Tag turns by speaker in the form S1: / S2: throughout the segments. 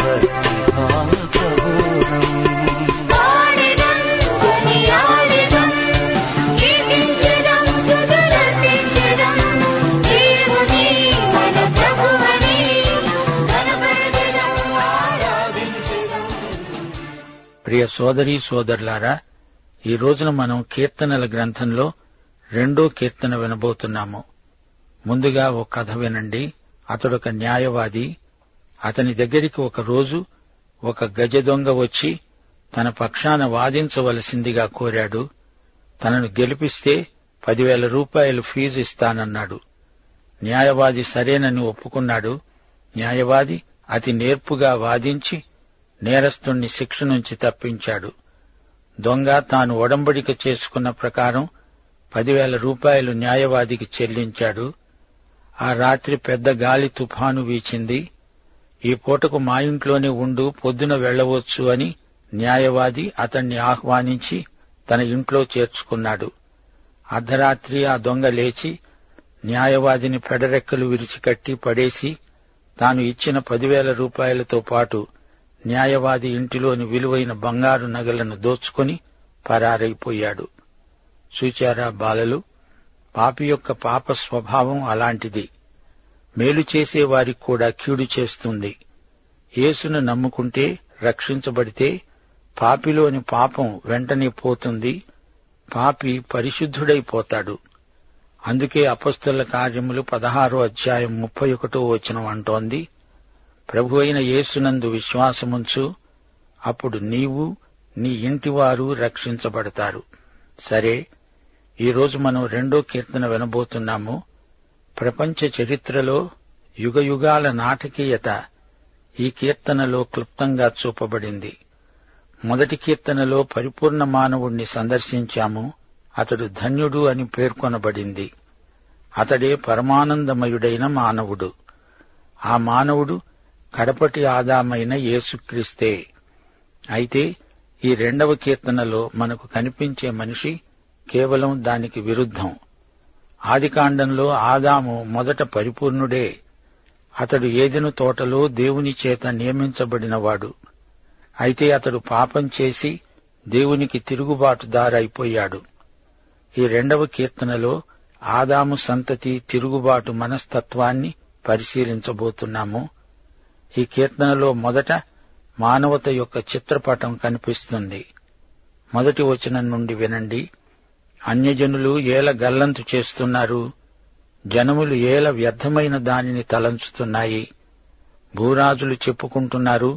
S1: భక్తిభావబోధం ప్రియ సోదరి సోదరులారా ఈ రోజున మనం కీర్తనల గ్రంథంలో రెండో కీర్తన వినబోతున్నాము ముందుగా ఓ కథ వినండి అతడొక న్యాయవాది అతని దగ్గరికి ఒక రోజు ఒక గజ దొంగ వచ్చి తన పక్షాన వాదించవలసిందిగా కోరాడు తనను గెలిపిస్తే పదివేల రూపాయలు ఫీజు ఇస్తానన్నాడు న్యాయవాది సరేనని ఒప్పుకున్నాడు న్యాయవాది అతి నేర్పుగా వాదించి నేరస్తుణ్ణి శిక్ష నుంచి తప్పించాడు దొంగ తాను ఒడంబడిక చేసుకున్న ప్రకారం పదివేల రూపాయలు న్యాయవాదికి చెల్లించాడు ఆ రాత్రి పెద్ద గాలి తుఫాను వీచింది ఈ పూటకు మా ఇంట్లోనే ఉండు పొద్దున వెళ్ళవచ్చు అని న్యాయవాది అతణ్ణి ఆహ్వానించి తన ఇంట్లో చేర్చుకున్నాడు అర్ధరాత్రి ఆ దొంగ లేచి న్యాయవాదిని పెడరెక్కలు విరిచికట్టి పడేసి తాను ఇచ్చిన పదివేల రూపాయలతో పాటు న్యాయవాది ఇంటిలోని విలువైన బంగారు నగలను దోచుకొని పరారైపోయాడు చూచారా బాలలు పాపి యొక్క పాప స్వభావం అలాంటిది మేలు చేసే వారికి కూడా కీడు చేస్తుంది యేసును నమ్ముకుంటే రక్షించబడితే పాపిలోని పాపం వెంటనే పోతుంది పాపి పరిశుద్ధుడైపోతాడు అందుకే అపస్తుల కార్యములు పదహారో అధ్యాయం ముప్పై ఒకటో వచనం అంటోంది ప్రభు అయిన యేసునందు విశ్వాసముంచు అప్పుడు నీవు నీ ఇంటివారు రక్షించబడతారు సరే ఈ రోజు మనం రెండో కీర్తన వినబోతున్నాము ప్రపంచ చరిత్రలో యుగయుగాల నాటకీయత ఈ కీర్తనలో క్లుప్తంగా చూపబడింది మొదటి కీర్తనలో పరిపూర్ణ మానవుణ్ణి సందర్శించాము అతడు ధన్యుడు అని పేర్కొనబడింది అతడే పరమానందమయుడైన మానవుడు ఆ మానవుడు కడపటి ఆదామైన యేసుక్రీస్తే అయితే ఈ రెండవ కీర్తనలో మనకు కనిపించే మనిషి కేవలం దానికి విరుద్ధం ఆదికాండంలో ఆదాము మొదట పరిపూర్ణుడే అతడు ఏదెను తోటలో దేవుని చేత నియమించబడినవాడు అయితే అతడు పాపం చేసి దేవునికి తిరుగుబాటుదారైపోయాడు ఈ రెండవ కీర్తనలో ఆదాము సంతతి తిరుగుబాటు మనస్తత్వాన్ని పరిశీలించబోతున్నాము ఈ కీర్తనలో మొదట మానవత యొక్క చిత్రపటం కనిపిస్తుంది మొదటి వచనం నుండి వినండి అన్యజనులు ఏల గల్లంతు చేస్తున్నారు జనములు ఏల వ్యర్థమైన దానిని తలంచుతున్నాయి భూరాజులు చెప్పుకుంటున్నారు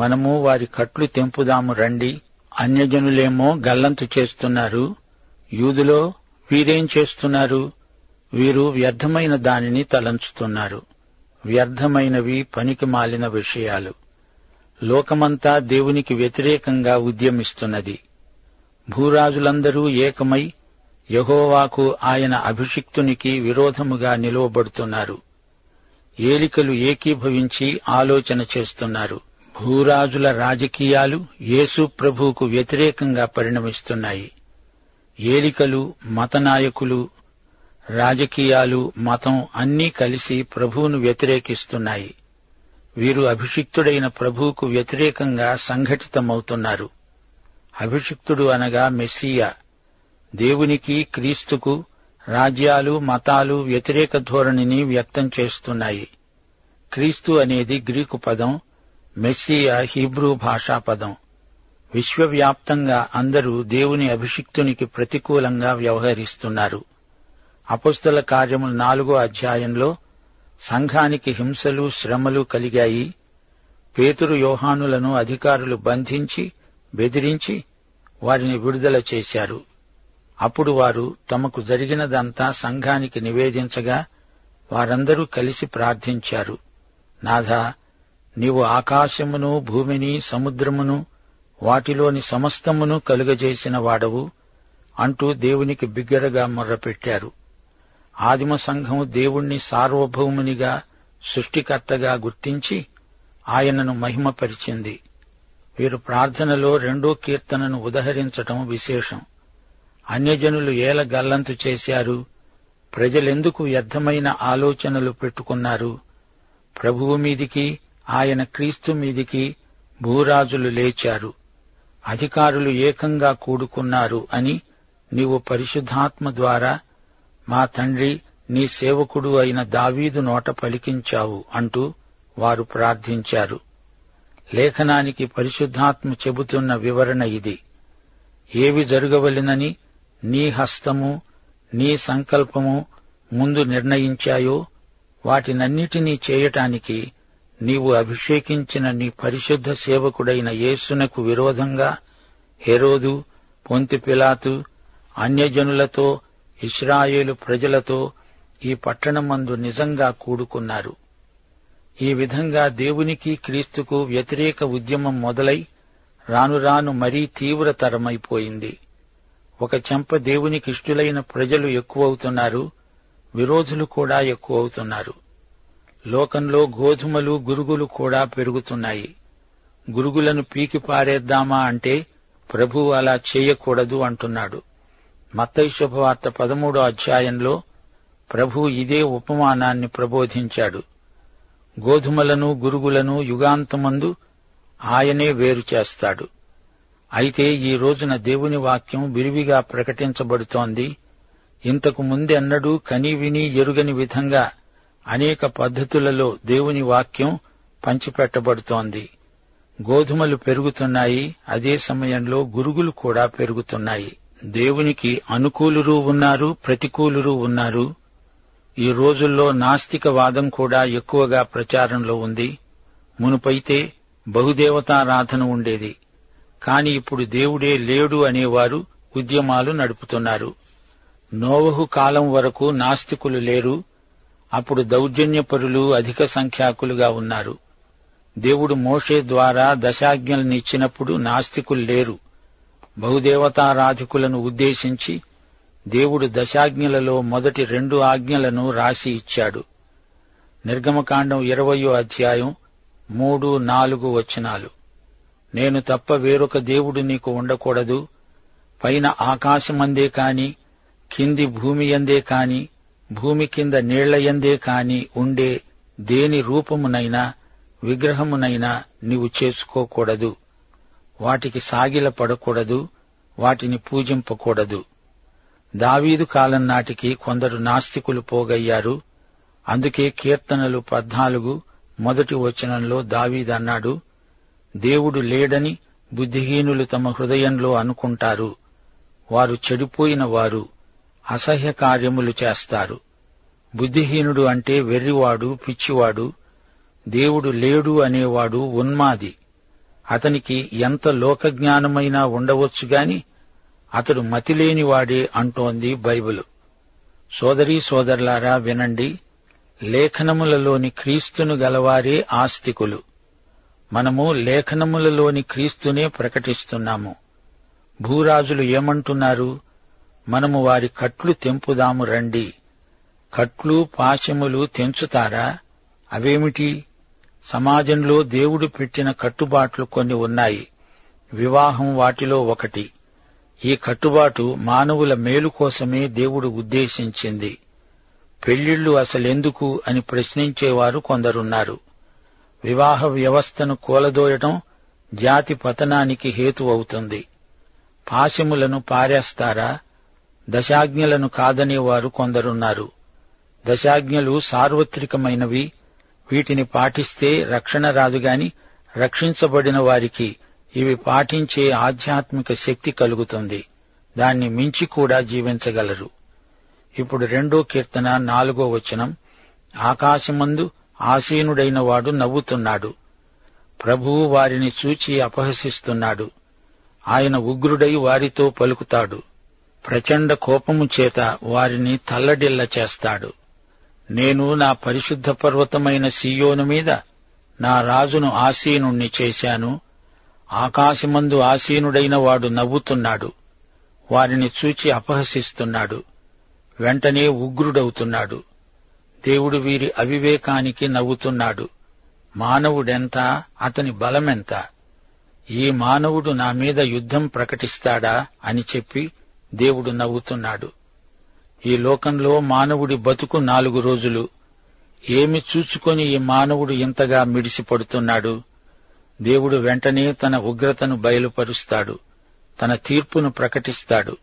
S1: మనము వారి కట్లు తెంపుదాము రండి అన్యజనులేమో గల్లంతు చేస్తున్నారు యూదులో వీరేం చేస్తున్నారు వీరు వ్యర్థమైన దానిని తలంచుతున్నారు వ్యర్థమైనవి పనికి మాలిన విషయాలు లోకమంతా దేవునికి వ్యతిరేకంగా ఉద్యమిస్తున్నది భూరాజులందరూ ఏకమై యహోవాకు ఆయన అభిషిక్తునికి విరోధముగా నిలువబడుతున్నారు ఏలికలు ఏకీభవించి ఆలోచన చేస్తున్నారు భూరాజుల రాజకీయాలు యేసు ప్రభువుకు వ్యతిరేకంగా పరిణమిస్తున్నాయి ఏలికలు మత నాయకులు రాజకీయాలు మతం అన్నీ కలిసి ప్రభువును వ్యతిరేకిస్తున్నాయి వీరు అభిషిక్తుడైన ప్రభువుకు వ్యతిరేకంగా సంఘటితమవుతున్నారు అభిషిక్తుడు అనగా మెస్సియా దేవునికి క్రీస్తుకు రాజ్యాలు మతాలు వ్యతిరేక ధోరణిని వ్యక్తం చేస్తున్నాయి క్రీస్తు అనేది గ్రీకు పదం మెస్సియా హీబ్రూ భాషా పదం విశ్వవ్యాప్తంగా అందరూ దేవుని అభిషిక్తునికి ప్రతికూలంగా వ్యవహరిస్తున్నారు అపుస్తల కార్యములు నాలుగో అధ్యాయంలో సంఘానికి హింసలు శ్రమలు కలిగాయి పేతురు యోహానులను అధికారులు బంధించి బెదిరించి వారిని విడుదల చేశారు అప్పుడు వారు తమకు జరిగినదంతా సంఘానికి నివేదించగా వారందరూ కలిసి ప్రార్థించారు నాథా నీవు ఆకాశమును భూమిని సముద్రమును వాటిలోని సమస్తమును కలుగజేసిన వాడవు అంటూ దేవునికి బిగ్గరగా మొర్రపెట్టారు ఆదిమ సంఘం దేవుణ్ణి సార్వభౌమునిగా సృష్టికర్తగా గుర్తించి ఆయనను మహిమపరిచింది వీరు ప్రార్థనలో రెండో కీర్తనను ఉదహరించటం విశేషం అన్యజనులు ఏల గల్లంతు చేశారు ప్రజలెందుకు వ్యర్థమైన ఆలోచనలు పెట్టుకున్నారు ప్రభువు మీదికి ఆయన క్రీస్తు మీదికి భూరాజులు లేచారు అధికారులు ఏకంగా కూడుకున్నారు అని నీవు పరిశుద్ధాత్మ ద్వారా మా తండ్రి నీ సేవకుడు అయిన దావీదు నోట పలికించావు అంటూ వారు ప్రార్థించారు లేఖనానికి పరిశుద్ధాత్మ చెబుతున్న వివరణ ఇది ఏవి జరగవలెనని నీ హస్తము నీ సంకల్పము ముందు నిర్ణయించాయో వాటినన్నిటినీ చేయటానికి నీవు అభిషేకించిన నీ పరిశుద్ధ సేవకుడైన యేసునకు విరోధంగా హెరోదు పొంతి పిలాతు అన్యజనులతో ఇస్రాయేలు ప్రజలతో ఈ పట్టణమందు నిజంగా కూడుకున్నారు ఈ విధంగా దేవునికి క్రీస్తుకు వ్యతిరేక ఉద్యమం మొదలై రాను రాను మరీ తీవ్రతరమైపోయింది ఒక చెంప దేవునికి ఇష్టులైన ప్రజలు ఎక్కువవుతున్నారు విరోధులు కూడా ఎక్కువవుతున్నారు లోకంలో గోధుమలు గురుగులు కూడా పెరుగుతున్నాయి గురుగులను పీకి పారేద్దామా అంటే ప్రభువు అలా చేయకూడదు అంటున్నాడు మత్తయి శుభవార్త పదమూడో అధ్యాయంలో ప్రభువు ఇదే ఉపమానాన్ని ప్రబోధించాడు గోధుమలను గురుగులను యుగాంతమందు ఆయనే వేరు చేస్తాడు అయితే ఈ రోజున దేవుని వాక్యం విరివిగా ప్రకటించబడుతోంది ఇంతకు ముందెన్నడూ కనీవిని ఎరుగని విధంగా అనేక పద్ధతులలో దేవుని వాక్యం పంచిపెట్టబడుతోంది గోధుమలు పెరుగుతున్నాయి అదే సమయంలో గురుగులు కూడా పెరుగుతున్నాయి దేవునికి అనుకూలురు ఉన్నారు ప్రతికూలురు ఉన్నారు ఈ రోజుల్లో నాస్తికవాదం కూడా ఎక్కువగా ప్రచారంలో ఉంది మునుపైతే బహుదేవతారాధన ఉండేది కాని ఇప్పుడు దేవుడే లేడు అనేవారు ఉద్యమాలు నడుపుతున్నారు నోవహు కాలం వరకు నాస్తికులు లేరు అప్పుడు దౌర్జన్యపరులు అధిక సంఖ్యాకులుగా ఉన్నారు దేవుడు మోషే ద్వారా దశాజ్ఞలనిచ్చినప్పుడు నాస్తికులు లేరు బహుదేవతారాధికులను ఉద్దేశించి దేవుడు దశాజ్ఞలలో మొదటి రెండు ఆజ్ఞలను రాసి ఇచ్చాడు నిర్గమకాండం ఇరవయో అధ్యాయం మూడు నాలుగు వచనాలు నేను తప్ప వేరొక దేవుడు నీకు ఉండకూడదు పైన ఆకాశమందే కాని కింది భూమి యందే కాని భూమి కింద నీళ్లయందే కాని ఉండే దేని రూపమునైనా విగ్రహమునైనా నీవు చేసుకోకూడదు వాటికి సాగిల పడకూడదు వాటిని పూజింపకూడదు దావీదు కాలం నాటికి కొందరు నాస్తికులు పోగయ్యారు అందుకే కీర్తనలు పద్నాలుగు మొదటి వచనంలో దావీదు అన్నాడు దేవుడు లేడని బుద్ధిహీనులు తమ హృదయంలో అనుకుంటారు వారు చెడిపోయిన వారు అసహ్య కార్యములు చేస్తారు బుద్ధిహీనుడు అంటే వెర్రివాడు పిచ్చివాడు దేవుడు లేడు అనేవాడు ఉన్మాది అతనికి ఎంత లోకజ్ఞానమైనా ఉండవచ్చు గాని అతడు మతిలేనివాడే అంటోంది బైబిల్ సోదరీ సోదరులారా వినండి లేఖనములలోని క్రీస్తును గలవారే ఆస్తికులు మనము లేఖనములలోని క్రీస్తునే ప్రకటిస్తున్నాము భూరాజులు ఏమంటున్నారు మనము వారి కట్లు తెంపుదాము రండి కట్లు పాశములు తెంచుతారా అవేమిటి సమాజంలో దేవుడు పెట్టిన కట్టుబాట్లు కొన్ని ఉన్నాయి వివాహం వాటిలో ఒకటి ఈ కట్టుబాటు మానవుల మేలు కోసమే దేవుడు ఉద్దేశించింది పెళ్లిళ్లు అసలెందుకు అని ప్రశ్నించేవారు కొందరున్నారు వివాహ వ్యవస్థను కూలదోయటం జాతి పతనానికి హేతు అవుతుంది పాశములను పారేస్తారా దశాజ్ఞలను కాదనేవారు కొందరున్నారు దశాజ్ఞలు సార్వత్రికమైనవి వీటిని పాటిస్తే రక్షణ రాదు గాని రక్షించబడిన వారికి ఇవి పాటించే ఆధ్యాత్మిక శక్తి కలుగుతుంది దాన్ని మించి కూడా జీవించగలరు ఇప్పుడు రెండో కీర్తన నాలుగో వచనం ఆకాశమందు ఆసీనుడైన వాడు నవ్వుతున్నాడు ప్రభువు వారిని చూచి అపహసిస్తున్నాడు ఆయన ఉగ్రుడై వారితో పలుకుతాడు ప్రచండ కోపము చేత వారిని తల్లడిల్ల చేస్తాడు నేను నా పరిశుద్ధ పర్వతమైన సీయోను మీద నా రాజును ఆసీనుణ్ణి చేశాను ఆకాశమందు ఆసీనుడైన వాడు నవ్వుతున్నాడు వారిని చూచి అపహసిస్తున్నాడు వెంటనే ఉగ్రుడవుతున్నాడు దేవుడు వీరి అవివేకానికి నవ్వుతున్నాడు మానవుడెంత అతని బలమెంత ఈ మానవుడు నా మీద యుద్ధం ప్రకటిస్తాడా అని చెప్పి దేవుడు నవ్వుతున్నాడు ఈ లోకంలో మానవుడి బతుకు నాలుగు రోజులు ఏమి చూచుకొని ఈ మానవుడు ఇంతగా మిడిసిపడుతున్నాడు దేవుడు వెంటనే తన ఉగ్రతను బయలుపరుస్తాడు తన తీర్పును ప్రకటిస్తాడు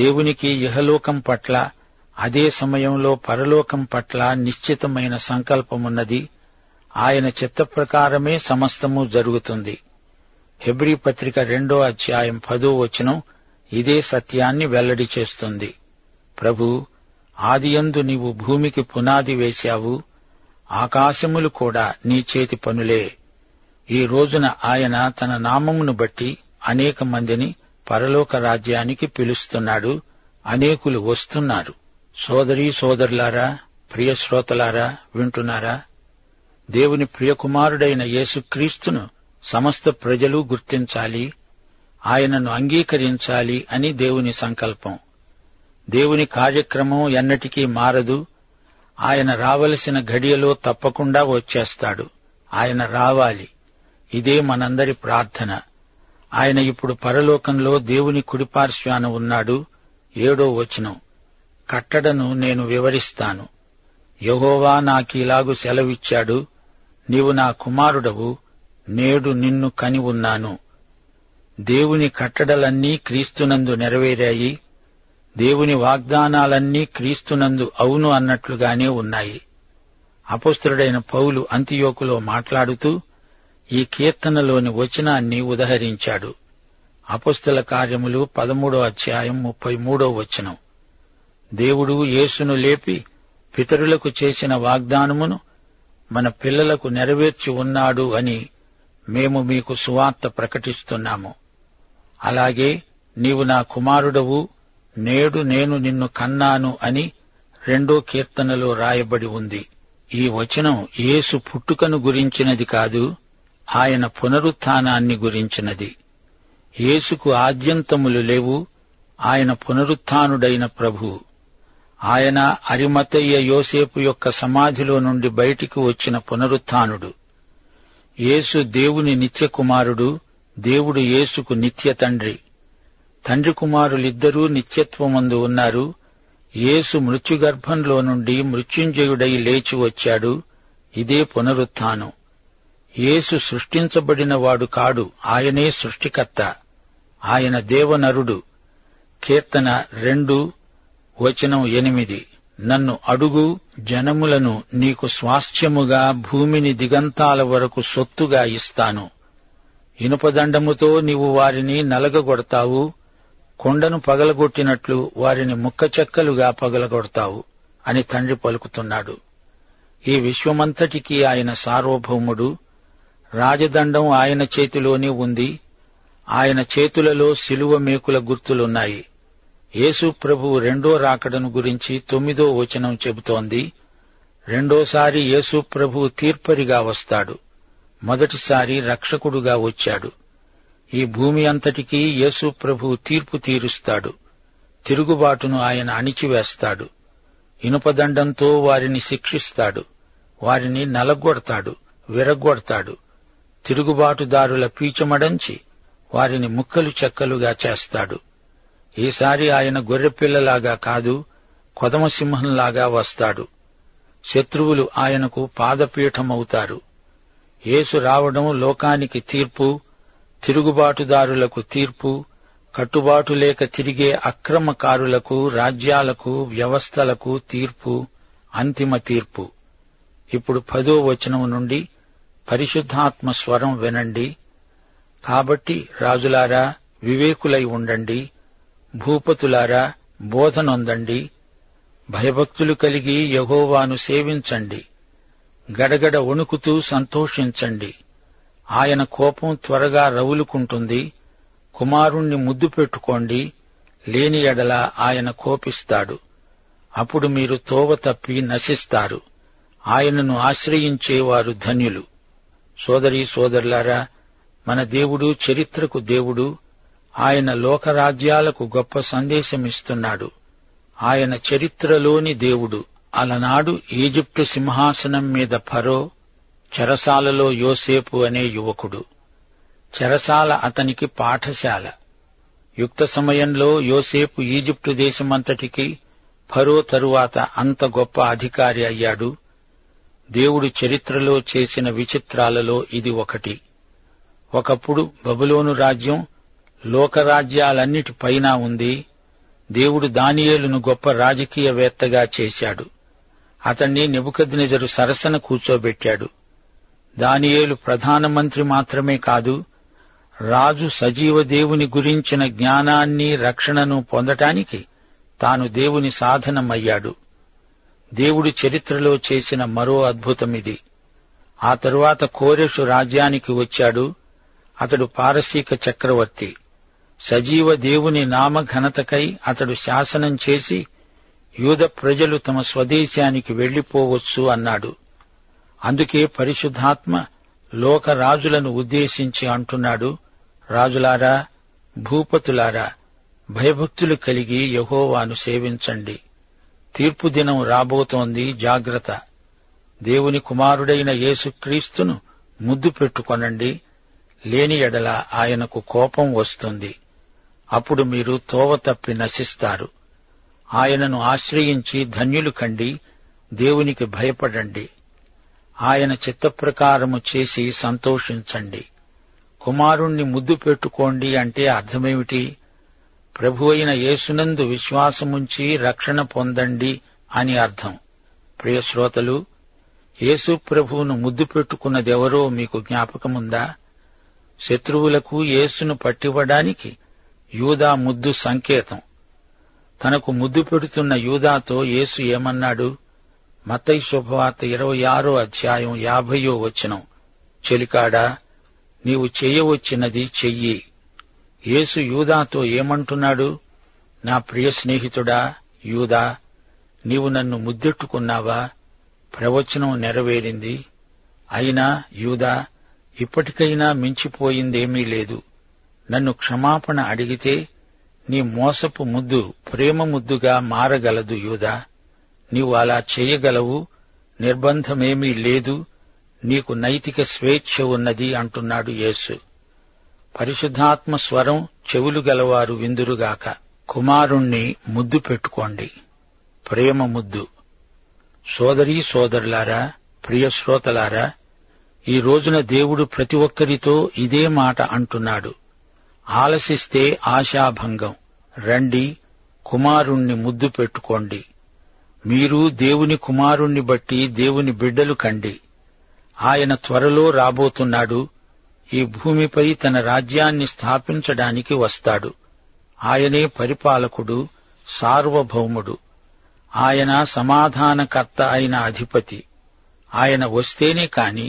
S1: దేవునికి ఇహలోకం పట్ల అదే సమయంలో పరలోకం పట్ల నిశ్చితమైన సంకల్పమున్నది ఆయన చిత్త ప్రకారమే సమస్తము జరుగుతుంది హెబ్రీ పత్రిక రెండో అధ్యాయం పదో వచనం ఇదే సత్యాన్ని వెల్లడి చేస్తుంది ప్రభు ఆదియందు నీవు భూమికి పునాది వేశావు ఆకాశములు కూడా నీ చేతి పనులే ఈ రోజున ఆయన తన నామమును బట్టి అనేక మందిని పరలోక రాజ్యానికి పిలుస్తున్నాడు అనేకులు వస్తున్నారు సోదరీ సోదరులారా ప్రియ శ్రోతలారా వింటున్నారా దేవుని ప్రియకుమారుడైన యేసుక్రీస్తును సమస్త ప్రజలు గుర్తించాలి ఆయనను అంగీకరించాలి అని దేవుని సంకల్పం దేవుని కార్యక్రమం ఎన్నటికీ మారదు ఆయన రావలసిన ఘడియలో తప్పకుండా వచ్చేస్తాడు ఆయన రావాలి ఇదే మనందరి ప్రార్థన ఆయన ఇప్పుడు పరలోకంలో దేవుని కుడిపార్శ్వాన ఉన్నాడు ఏడో వచనం కట్టడను నేను వివరిస్తాను యహోవా నాకీలాగు సెలవిచ్చాడు నీవు నా కుమారుడవు నేడు నిన్ను కని ఉన్నాను దేవుని కట్టడలన్నీ క్రీస్తునందు నెరవేరాయి దేవుని వాగ్దానాలన్నీ క్రీస్తునందు అవును అన్నట్లుగానే ఉన్నాయి అపొస్తలుడైన పౌలు అంతియోకులో మాట్లాడుతూ ఈ కీర్తనలోని వచనాన్ని ఉదహరించాడు అపొస్తల కార్యములు పదమూడో అధ్యాయం ముప్పై మూడో వచనం దేవుడు యేసును లేపి పితరులకు చేసిన వాగ్దానమును మన పిల్లలకు నెరవేర్చి ఉన్నాడు అని మేము మీకు సువార్త ప్రకటిస్తున్నాము అలాగే నీవు నా కుమారుడవు నేడు నేను నిన్ను కన్నాను అని రెండో కీర్తనలో రాయబడి ఉంది ఈ వచనం యేసు పుట్టుకను గురించినది కాదు ఆయన పునరుత్థానాన్ని గురించినది యేసుకు ఆద్యంతములు లేవు ఆయన పునరుత్థానుడైన ప్రభు ఆయన అరిమతయ్య యోసేపు యొక్క సమాధిలో నుండి బయటికి వచ్చిన పునరుత్థానుడు యేసు దేవుని నిత్య కుమారుడు దేవుడు యేసుకు నిత్య తండ్రి తండ్రి కుమారులిద్దరూ నిత్యత్వమందు ఉన్నారు యేసు మృత్యుగర్భంలో నుండి మృత్యుంజయుడై లేచి వచ్చాడు ఇదే పునరుత్థానం యేసు సృష్టించబడిన వాడు కాడు ఆయనే సృష్టికర్త ఆయన దేవనరుడు కీర్తన రెండు వచనం ఎనిమిది నన్ను అడుగు జనములను నీకు స్వాస్థ్యముగా భూమిని దిగంతాల వరకు సొత్తుగా ఇస్తాను ఇనుపదండముతో నీవు వారిని నలగగొడతావు కొండను పగలగొట్టినట్లు వారిని ముక్కచెక్కలుగా పగలగొడతావు అని తండ్రి పలుకుతున్నాడు ఈ విశ్వమంతటికీ ఆయన సార్వభౌముడు రాజదండం ఆయన చేతిలోనే ఉంది ఆయన చేతులలో శిలువ మేకుల గుర్తులున్నాయి యేసు ప్రభువు రెండో రాకడను గురించి తొమ్మిదో వచనం చెబుతోంది రెండోసారి యేసు ప్రభువు తీర్పరిగా వస్తాడు మొదటిసారి రక్షకుడుగా వచ్చాడు ఈ భూమి అంతటికీ యేసు ప్రభువు తీర్పు తీరుస్తాడు తిరుగుబాటును ఆయన అణిచివేస్తాడు ఇనుపదండంతో వారిని శిక్షిస్తాడు వారిని నలగొడతాడు విరగొడతాడు తిరుగుబాటుదారుల పీచమడంచి వారిని ముక్కలు చెక్కలుగా చేస్తాడు ఈసారి ఆయన గొర్రెపిల్లలాగా కాదు కొదమసింహంలాగా వస్తాడు శత్రువులు ఆయనకు పాదపీఠమవుతారు యేసు రావడం లోకానికి తీర్పు తిరుగుబాటుదారులకు తీర్పు కట్టుబాటు లేక తిరిగే అక్రమకారులకు రాజ్యాలకు వ్యవస్థలకు తీర్పు అంతిమ తీర్పు ఇప్పుడు పదో వచనం నుండి పరిశుద్ధాత్మ స్వరం వినండి కాబట్టి రాజులారా వివేకులై ఉండండి భూపతులారా బోధనొందండి భయభక్తులు కలిగి యహోవాను సేవించండి గడగడ వణుకుతూ సంతోషించండి ఆయన కోపం త్వరగా రవులుకుంటుంది కుమారుణ్ణి ముద్దు పెట్టుకోండి లేని ఎడల ఆయన కోపిస్తాడు అప్పుడు మీరు తోవ తప్పి నశిస్తారు ఆయనను ఆశ్రయించేవారు ధన్యులు సోదరీ సోదరులారా మన దేవుడు చరిత్రకు దేవుడు ఆయన లోకరాజ్యాలకు గొప్ప సందేశమిస్తున్నాడు ఆయన చరిత్రలోని దేవుడు అలనాడు ఈజిప్టు సింహాసనం మీద ఫరో చెరసాలలో యోసేపు అనే యువకుడు చెరసాల అతనికి పాఠశాల యుక్త సమయంలో యోసేపు ఈజిప్టు దేశమంతటికి ఫరో తరువాత అంత గొప్ప అధికారి అయ్యాడు దేవుడు చరిత్రలో చేసిన విచిత్రాలలో ఇది ఒకటి ఒకప్పుడు బబులోను రాజ్యం లోకరాజ్యాలన్నిటి పైన ఉంది దేవుడు దానియేలును గొప్ప రాజకీయవేత్తగా చేశాడు అతణ్ణి నిబుకద్నెజరు సరసన కూర్చోబెట్టాడు దానియేలు ప్రధానమంత్రి మాత్రమే కాదు రాజు సజీవ దేవుని గురించిన జ్ఞానాన్ని రక్షణను పొందటానికి తాను దేవుని సాధనమయ్యాడు దేవుడు చరిత్రలో చేసిన మరో అద్భుతమిది ఆ తరువాత కోరెషు రాజ్యానికి వచ్చాడు అతడు పారసీక చక్రవర్తి సజీవ దేవుని నామ ఘనతకై అతడు శాసనం చేసి యూద ప్రజలు తమ స్వదేశానికి వెళ్లిపోవచ్చు అన్నాడు అందుకే పరిశుద్ధాత్మ లోక రాజులను ఉద్దేశించి అంటున్నాడు రాజులారా భూపతులారా భయభక్తులు కలిగి యహోవాను సేవించండి తీర్పు దినం రాబోతోంది జాగ్రత్త దేవుని కుమారుడైన యేసుక్రీస్తును ముద్దు పెట్టుకొనండి లేని ఎడల ఆయనకు కోపం వస్తుంది అప్పుడు మీరు తోవ తప్పి నశిస్తారు ఆయనను ఆశ్రయించి ధన్యులు కండి దేవునికి భయపడండి ఆయన చిత్తప్రకారము చేసి సంతోషించండి కుమారుణ్ణి ముద్దు పెట్టుకోండి అంటే అర్థమేమిటి ప్రభు అయిన యేసునందు విశ్వాసముంచి రక్షణ పొందండి అని అర్థం ప్రియ శ్రోతలు యేసు ప్రభువును ముద్దు పెట్టుకున్నదెవరో మీకు జ్ఞాపకముందా శత్రువులకు యేసును పట్టివ్వడానికి యూదా ముద్దు సంకేతం తనకు ముద్దు పెడుతున్న యూదాతో యేసు ఏమన్నాడు మత్తయి శుభవార్త ఇరవై ఆరో అధ్యాయం యాభయో వచనం చెలికాడా నీవు చేయవచ్చినది చెయ్యి యేసు యూదాతో ఏమంటున్నాడు నా ప్రియ స్నేహితుడా యూదా నీవు నన్ను ముద్దెట్టుకున్నావా ప్రవచనం నెరవేరింది అయినా యూదా ఇప్పటికైనా మించిపోయిందేమీ లేదు నన్ను క్షమాపణ అడిగితే నీ మోసపు ముద్దు ప్రేమ ముద్దుగా మారగలదు యూదా నీవు అలా చేయగలవు నిర్బంధమేమీ లేదు నీకు నైతిక స్వేచ్ఛ ఉన్నది అంటున్నాడు యేసు పరిశుద్ధాత్మ స్వరం చెవులు గలవారు విందురుగాక కుమారుణ్ణి ముద్దు పెట్టుకోండి ప్రేమ ముద్దు సోదరీ సోదరులారా ప్రియ శ్రోతలారా ఈ రోజున దేవుడు ప్రతి ఒక్కరితో ఇదే మాట అంటున్నాడు ఆలసిస్తే ఆశాభంగం రండి కుమారుణ్ణి ముద్దు పెట్టుకోండి మీరు దేవుని కుమారుణ్ణి బట్టి దేవుని బిడ్డలు కండి ఆయన త్వరలో రాబోతున్నాడు ఈ భూమిపై తన రాజ్యాన్ని స్థాపించడానికి వస్తాడు ఆయనే పరిపాలకుడు సార్వభౌముడు ఆయన సమాధానకర్త అయిన అధిపతి ఆయన వస్తేనే కాని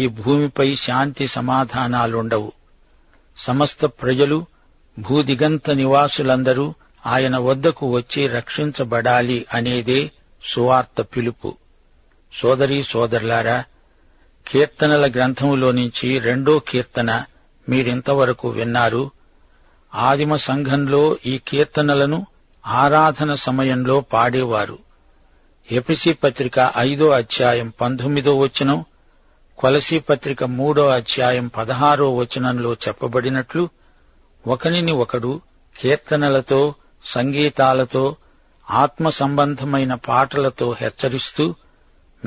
S1: ఈ భూమిపై శాంతి సమాధానాలుండవు సమస్త ప్రజలు భూదిగంత నివాసులందరూ ఆయన వద్దకు వచ్చి రక్షించబడాలి అనేదే సువార్త పిలుపు సోదరీ సోదరులారా కీర్తనల గ్రంథములో నుంచి రెండో కీర్తన మీరింతవరకు విన్నారు ఆదిమ సంఘంలో ఈ కీర్తనలను ఆరాధన సమయంలో పాడేవారు ఎపిసి పత్రిక ఐదో అధ్యాయం పంతొమ్మిదో వచనం కొలసీ పత్రిక మూడో అధ్యాయం పదహారో వచనంలో చెప్పబడినట్లు ఒకనిని ఒకడు కీర్తనలతో సంగీతాలతో ఆత్మ సంబంధమైన పాటలతో హెచ్చరిస్తూ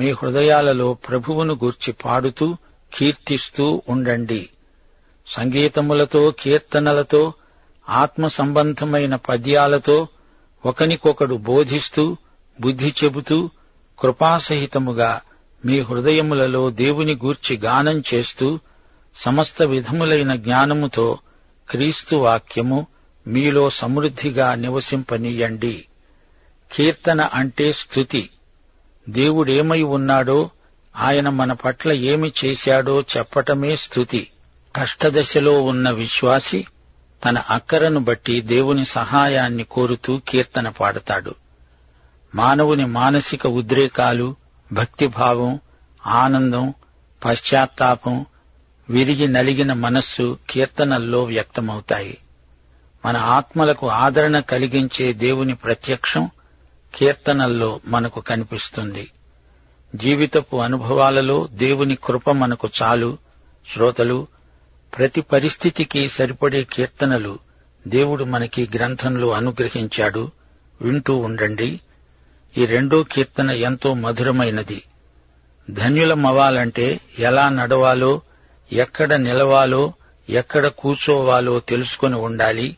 S1: మీ హృదయాలలో ప్రభువును గూర్చి పాడుతూ కీర్తిస్తూ ఉండండి సంగీతములతో కీర్తనలతో ఆత్మ సంబంధమైన పద్యాలతో ఒకనికొకడు బోధిస్తూ బుద్ధి చెబుతూ కృపాసహితముగా మీ హృదయములలో దేవుని గూర్చి గానం చేస్తూ సమస్త విధములైన జ్ఞానముతో క్రీస్తు వాక్యము మీలో సమృద్ధిగా నివసింపనీయండి కీర్తన అంటే స్థుతి దేవుడేమై ఉన్నాడో ఆయన మన పట్ల ఏమి చేశాడో చెప్పటమే స్థుతి కష్టదశలో ఉన్న విశ్వాసి తన అక్కరను బట్టి దేవుని సహాయాన్ని కోరుతూ కీర్తన పాడతాడు మానవుని మానసిక ఉద్రేకాలు భక్తిభావం ఆనందం పశ్చాత్తాపం విరిగి నలిగిన మనస్సు కీర్తనల్లో వ్యక్తమవుతాయి మన ఆత్మలకు ఆదరణ కలిగించే దేవుని ప్రత్యక్షం కీర్తనల్లో మనకు కనిపిస్తుంది జీవితపు అనుభవాలలో దేవుని కృప మనకు చాలు శ్రోతలు ప్రతి పరిస్థితికి సరిపడే కీర్తనలు దేవుడు మనకి గ్రంథంలో అనుగ్రహించాడు వింటూ ఉండండి ఈ రెండో కీర్తన ఎంతో మధురమైనది ధన్యులమవ్వాలంటే ఎలా నడవాలో ఎక్కడ నిలవాలో ఎక్కడ కూర్చోవాలో తెలుసుకొని ఉండాలి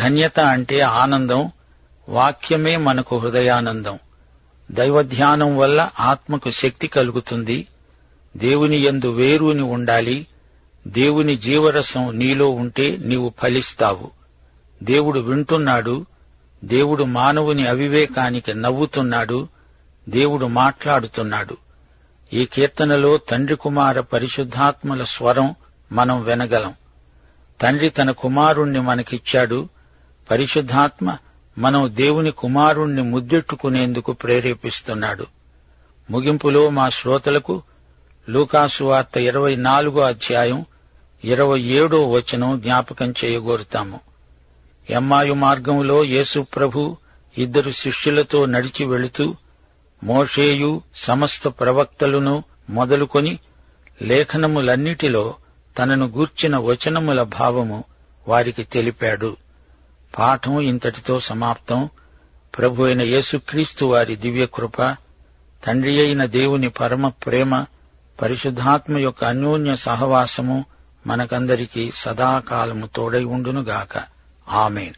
S1: ధన్యత అంటే ఆనందం వాక్యమే మనకు హృదయానందం దైవధ్యానం వల్ల ఆత్మకు శక్తి కలుగుతుంది దేవుని యందు వేరుని ఉండాలి దేవుని జీవరసం నీలో ఉంటే నీవు ఫలిస్తావు దేవుడు వింటున్నాడు దేవుడు మానవుని అవివేకానికి నవ్వుతున్నాడు దేవుడు మాట్లాడుతున్నాడు ఈ కీర్తనలో తండ్రి కుమార పరిశుద్ధాత్మల స్వరం మనం వినగలం తండ్రి తన కుమారుణ్ణి మనకిచ్చాడు పరిశుద్ధాత్మ మనం దేవుని కుమారుణ్ణి ముద్దెట్టుకునేందుకు ప్రేరేపిస్తున్నాడు ముగింపులో మా శ్రోతలకు లూకాసు వార్త ఇరవై నాలుగో అధ్యాయం ఇరవై ఏడో వచనం జ్ఞాపకం చేయగోరుతాము ఎమ్మాయు మార్గంలో యేసు ప్రభు ఇద్దరు శిష్యులతో నడిచి వెళుతూ మోషేయు సమస్త ప్రవక్తలను మొదలుకొని లేఖనములన్నిటిలో తనను గూర్చిన వచనముల భావము వారికి తెలిపాడు పాఠం ఇంతటితో సమాప్తం ప్రభు అయిన యేసుక్రీస్తు వారి దివ్య కృప తండ్రి అయిన దేవుని పరమ ప్రేమ పరిశుద్ధాత్మ యొక్క అన్యోన్య సహవాసము మనకందరికీ సదాకాలము తోడై ఉండునుగాక ఆమెన్